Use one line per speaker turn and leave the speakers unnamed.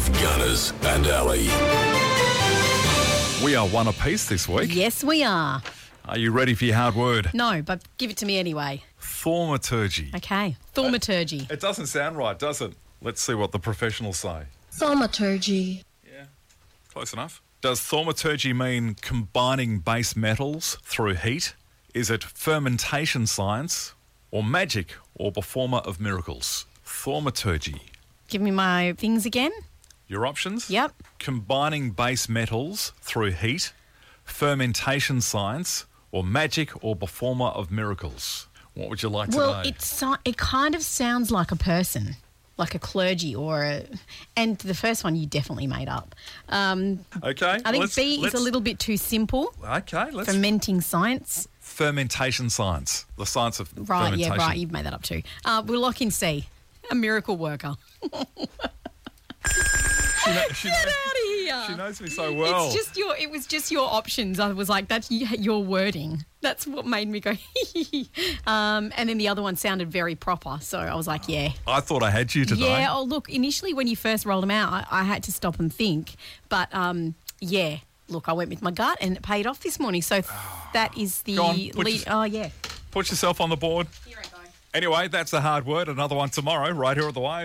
Maz and Ali.
We are one apiece this week.
Yes, we are.
Are you ready for your hard word?
No, but give it to me anyway.
Thaumaturgy.
Okay. Thaumaturgy.
It doesn't sound right, does it? Let's see what the professionals say.
Thaumaturgy.
Close enough. Does thaumaturgy mean combining base metals through heat? Is it fermentation science or magic or performer of miracles? Thaumaturgy.
Give me my things again.
Your options?
Yep.
Combining base metals through heat, fermentation science, or magic or performer of miracles. What would you like to
Well,
know?
it so- it kind of sounds like a person, like a clergy or a. And the first one you definitely made up. Um,
okay.
I think
let's-
B is a
let's-
little bit too simple.
Okay, let's
Fermenting science.
fermentation science, the science of
Right, yeah,
fermentation.
right. You've made that up too. Uh, we'll lock in C. A miracle worker.
She, kno- she
Get out
knows,
of here.
she knows me so well.
It's just your. It was just your options. I was like, that's y- your wording. That's what made me go. um, and then the other one sounded very proper, so I was like, yeah,
I thought I had you today.
yeah. Oh, look. Initially, when you first rolled them out, I, I had to stop and think. But um, yeah, look, I went with my gut, and it paid off this morning. So that is the
Ah, Go on, put
lead.
your-
Oh yeah.
Put yourself on the board.
Here I go.
Anyway, that's the hard word. Another one tomorrow, right here at the wave.